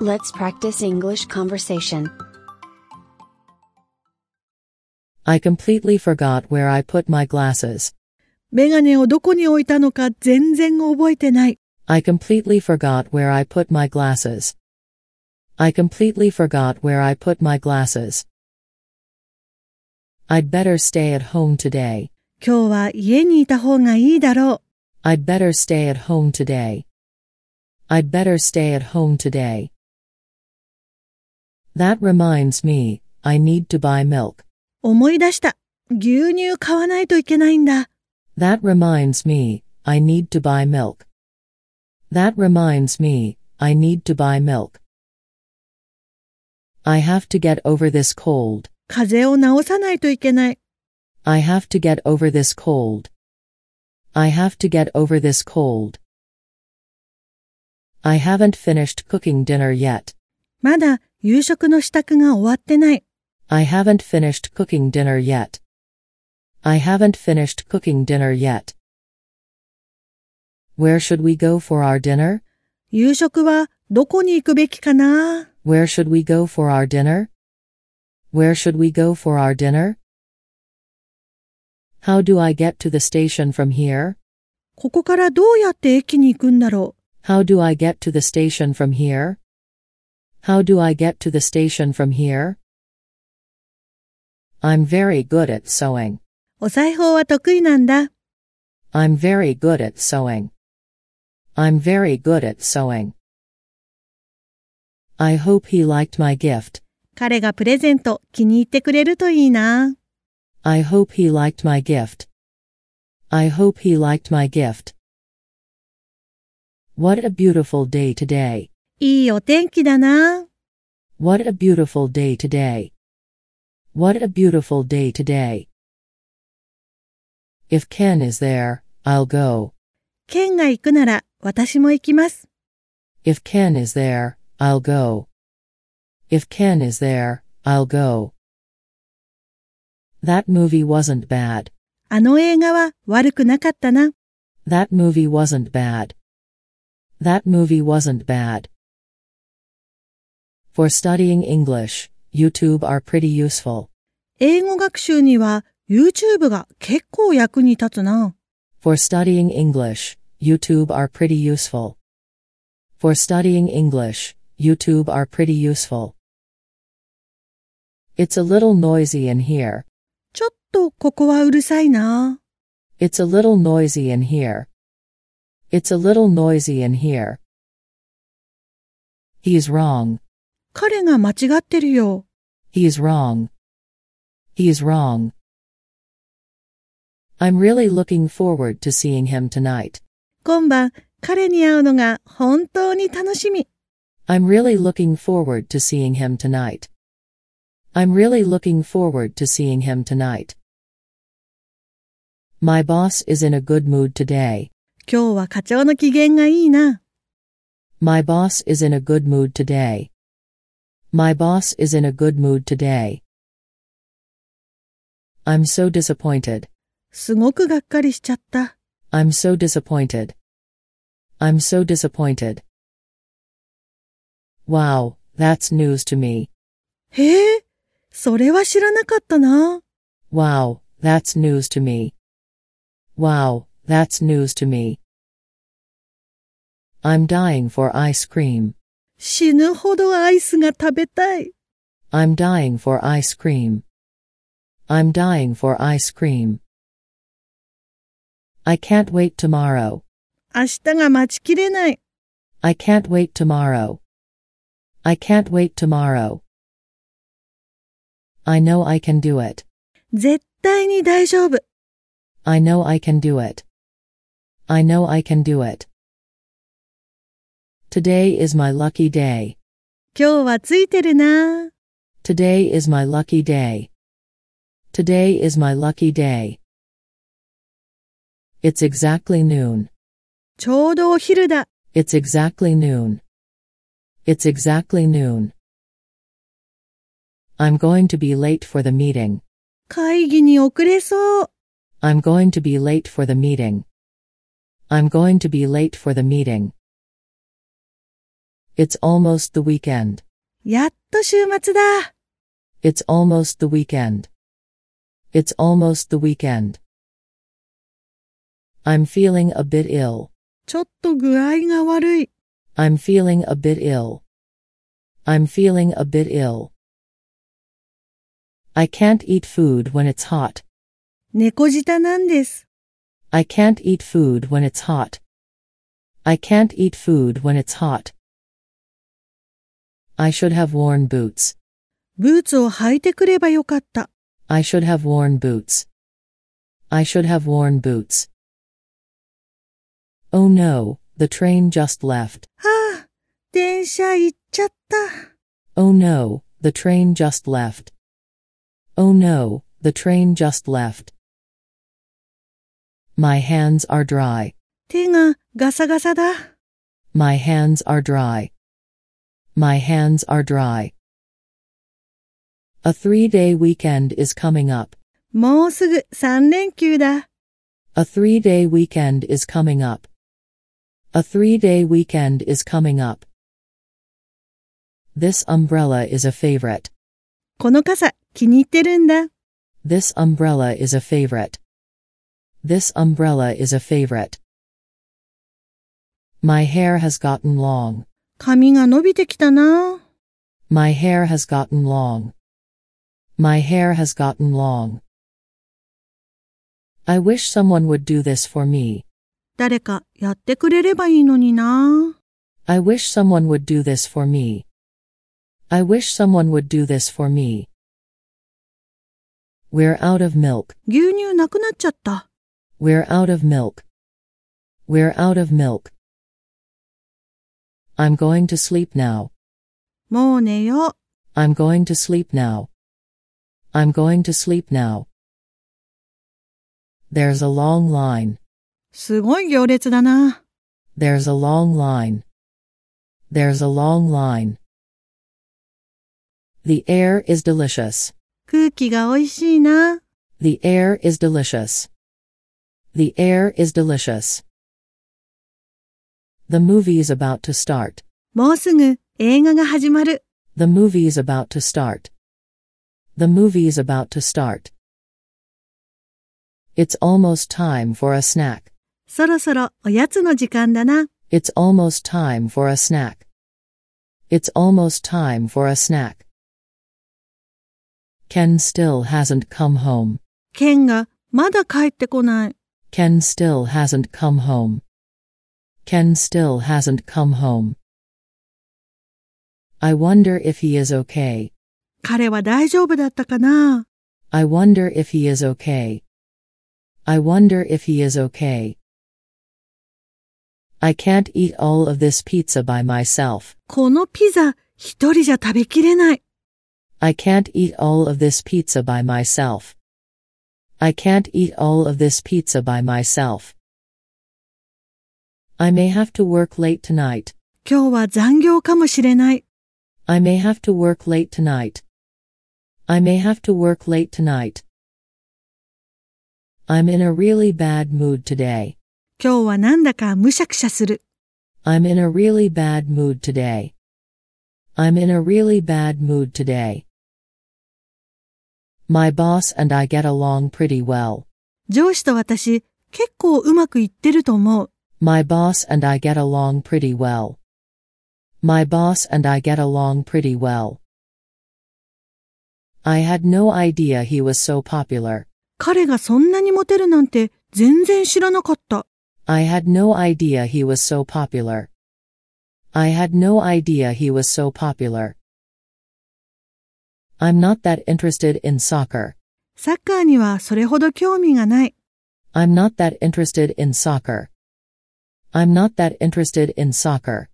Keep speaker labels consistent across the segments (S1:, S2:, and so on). S1: Let's practice English conversation.
S2: I completely forgot where I put my glasses.
S3: メガネをどこに置いたのか全然覚えてない。
S2: I completely forgot where I put my glasses. I completely forgot where I put my glasses. I'd better stay at home today.
S3: 今日は家にいた方がいいだろ
S2: I'd better stay at home today. I'd better stay at home today. That reminds me, I need to buy milk.
S3: う。思い出した。牛乳買わないといけないんだ。
S2: That reminds me, I need to buy milk. That reminds me, I need to buy milk. I have to get over this cold.
S3: 風邪を治さないといけない。
S2: I have to get over this cold. I have to get over this cold. I haven't finished cooking dinner yet.
S3: まだ夕食の支度が終わってない。
S2: I haven't finished cooking dinner yet. I haven't finished cooking dinner yet. Where should we go for our dinner?
S3: 夕食はどこに行くべきかな
S2: Where should we go for our dinner? Where should we go for our dinner? How do I get to the station from here?
S3: ここからどうやって駅に行くんだろ
S2: How do I get to the station from here? How do I get to the station from here? I'm very good at sewing.
S3: う。お裁縫は得意なんだ。
S2: I'm very good at sewing. I'm very good at sewing. I hope he liked my gift.
S3: 彼がプレゼント気に入ってくれるといいな。
S2: I hope he liked my gift. I hope he liked my gift. What a beautiful day today.
S3: いいお天気だな。
S2: What a beautiful day today. What a beautiful day today. If Ken is there, I'll go.
S3: 県が行くなら私も行きます。
S2: If Ken is there, I'll go. If Ken is there, I'll go. That movie wasn't bad.
S3: あの映画は悪くなかったな。
S2: That movie wasn't bad. That movie wasn't bad. For studying English, YouTube are pretty useful.
S3: 英語学習には YouTube が結構役に立つな。
S2: For studying English, YouTube are pretty useful. For studying English, YouTube are pretty useful. It's a little noisy in here.
S3: ちょっとここはうるさいな。
S2: It's a little noisy in here. It's a little noisy in here. He's wrong.
S3: 彼が間違ってるよ。
S2: He's wrong. He's wrong. I'm really looking forward to seeing him tonight.
S3: 今晩彼に会うのが本当に楽しみ。
S2: I'm really looking forward to seeing him tonight. I'm really looking forward to seeing him tonight. My boss is in a good mood today.
S3: 今日は課長の機嫌がいいな。
S2: My boss is in a good mood today. My boss is in a good mood today. I'm so disappointed.
S3: すごくがっかりしちゃった。
S2: I'm so disappointed. I'm so disappointed. Wow, that's news to me.
S3: へえ、それは知らなかったな。
S2: Wow, that's news to me. Wow, that's news to me. I'm dying for ice cream.
S3: 死ぬほどアイスが食べたい。
S2: I'm dying for ice cream. I'm dying for ice cream. I can't wait tomorrow.
S3: 明日が待ちきれない。
S2: I can't wait tomorrow. I can't wait tomorrow. I know I can do it.
S3: 絶対に大丈夫。
S2: I know I can do it. I know I can do it. Today is my lucky day.
S3: 今日はついてるな。
S2: Today is my lucky day. Today is my lucky day. It's exactly noon.
S3: ちょうどお昼だ。
S2: It's exactly noon. It's exactly noon. I'm going to be late for the meeting.
S3: 会議に遅れそう。
S2: I'm going to be late for the meeting. I'm going to be late for the meeting. It's almost the weekend.
S3: やっと週末だ。
S2: It's almost the weekend. It's almost the weekend. I'm feeling a bit ill.
S3: ちょっと具合が悪い。
S2: I'm feeling a bit ill. I'm feeling a bit ill. I can't eat food when it's hot.
S3: 猫舌なんです。
S2: I can't eat food when it's hot. I can't eat food when it's hot. I should have worn boots.
S3: ブーツを履いてくればよかった。
S2: I should have worn boots. I should have worn boots. Oh no, the train just left.
S3: はあ、電車行っちゃった。
S2: Oh no, the train just left. Oh no, the train just left. My hands are dry.
S3: 手がガサガサだ。
S2: My hands are dry. My hands are dry. A three day weekend is coming up.
S3: もうすぐ3連休だ。
S2: A three day weekend is coming up. A three day weekend is coming up. This umbrella is a favorite.
S3: この傘気に入ってるんだ。
S2: This umbrella is a favorite. This umbrella is a favorite. My hair has gotten long.
S3: 髪が伸びてきたな。
S2: My hair has gotten long. My hair has gotten long. I wish someone would do this for me.
S3: 誰かやってくれればいいのにな。
S2: I wish someone would do this for me. I wish someone would do this for me. We're out of milk.
S3: 牛乳なくなっちゃった。
S2: We're out of milk. We're out of milk. I'm going to sleep now.
S3: もう寝よう。
S2: I'm going to sleep now. I'm going to sleep now. There's a long line.
S3: すごい行列だな。
S2: There's a long line. There's a long line. The air is delicious.
S3: 空気が美味しいな。
S2: The air is delicious. The air is delicious. The movie's about to start.
S3: もうすぐ映画が始まる。
S2: The movie's about to start. The movie's about to start. It's almost time for a snack.
S3: そろそろおやつの時間だな。
S2: It's almost time for a snack. It's almost time for a snack. Ken still hasn't come home.
S3: ケンがまだ帰ってこない。
S2: Ken still hasn't come home. Ken still hasn't come home. I wonder if he is okay.
S3: 彼は大丈夫だったかな
S2: I wonder if he is okay. I wonder if he is okay. I can't eat all of this pizza by myself.
S3: このピザ一人じゃ食べきれない。
S2: I can't eat all of this pizza by myself. I can't eat all of this pizza by myself. I may have to work late tonight.
S3: 今日は残業かもしれない。
S2: I may have to work late tonight. I may have to work late tonight. I'm in a really bad mood today.
S3: 今日はなんだかむしゃくしゃする。
S2: I'm in a really bad mood today. I'm in a really bad mood today. My boss and I get along pretty well.
S3: 上司と私結構うまくいってると思う。
S2: My boss and I get along pretty well. My boss and I get along pretty well. I had no idea he was so popular.
S3: 彼がそんなにモテるなんて全然知らなかった。
S2: I had no idea he was so popular. I had no idea he was so popular. I'm not that interested in soccer.
S3: サッカーにはそれほど興味がない。
S2: I'm not that interested in soccer. I'm not that interested in soccer.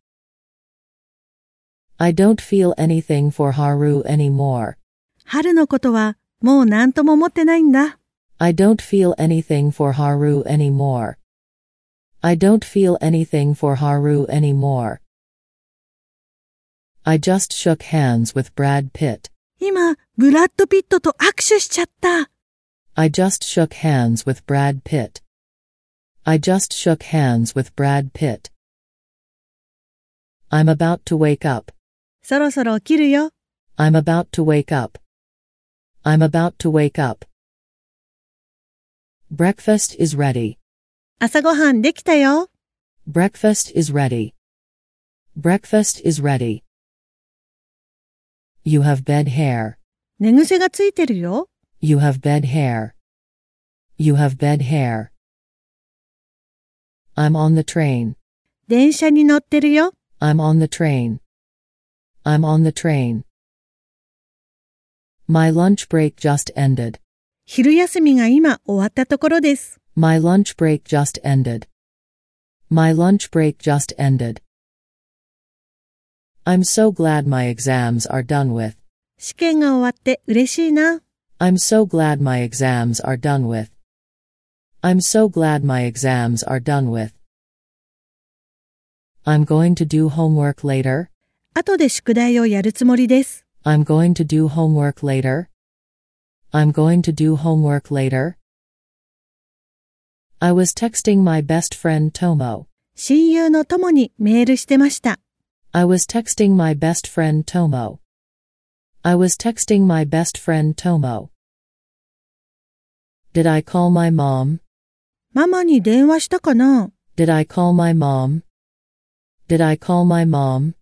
S2: I don't feel anything for Haru anymore.
S3: 春のことはもう何とも思ってないんだ。
S2: I don't feel anything for Haru anymore. I don't feel anything for Haru anymore. I just shook hands with Brad Pitt.
S3: 今、ブラッド・ピットと握手しちゃった。
S2: I just shook hands with Brad Pitt. I just shook hands with Brad Pitt. I'm about to wake up.
S3: そろそろ起きるよ。
S2: I'm about to wake up. I'm about to wake up. Breakfast is ready.
S3: 朝ごはんできたよ。
S2: Breakfast is ready. Breakfast is ready. You have bed hair.
S3: 寝癖がついてるよ。
S2: You have bed hair. You have bed hair. I'm on the train.
S3: 電車に乗ってるよ。
S2: I'm on the train. I'm on the train. My lunch break just ended.
S3: 昼休みが今終わったところです。
S2: My lunch break just ended. My lunch break just ended. I'm so glad my exams are done with.
S3: 試験が終わって嬉しいな。
S2: I'm so glad my exams are done with. I'm so glad my exams are done with. I'm going to do homework later.
S3: 後で宿題をやるつもりです。
S2: I'm going to do homework later. I'm going to do homework later. I was texting my best friend Tomo.
S3: 親友の友にメールしてました。
S2: I was texting my best friend Tomo. I was texting my best friend Tomo. Did I call my mom?
S3: ママに電話したかな
S2: Did I call my mom? Did I call my mom?